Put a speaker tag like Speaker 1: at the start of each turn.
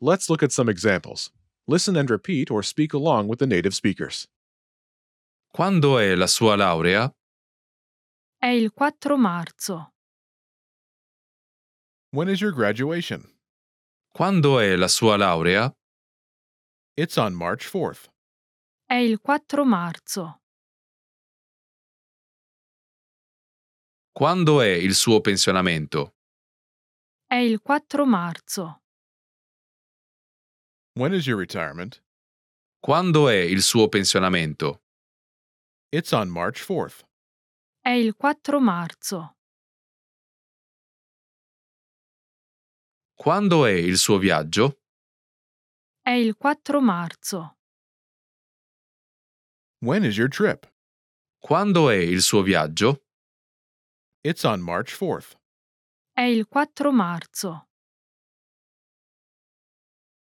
Speaker 1: Let's look at some examples. Listen and repeat or speak along with the native speakers.
Speaker 2: Quando è la sua laurea?
Speaker 3: È il 4 marzo.
Speaker 1: When is your graduation?
Speaker 2: Quando è la sua laurea?
Speaker 1: It's on March 4th.
Speaker 3: È il 4 marzo.
Speaker 2: Quando è il suo pensionamento?
Speaker 3: È il 4 marzo.
Speaker 1: When is your retirement?
Speaker 2: Quando è il suo pensionamento?
Speaker 1: It's on March 4th.
Speaker 3: È il 4 marzo.
Speaker 2: Quando è il suo viaggio?
Speaker 3: È il 4 marzo.
Speaker 1: When is your trip?
Speaker 2: Quando è il suo viaggio?
Speaker 1: It's on March 4th.
Speaker 3: È il 4 marzo.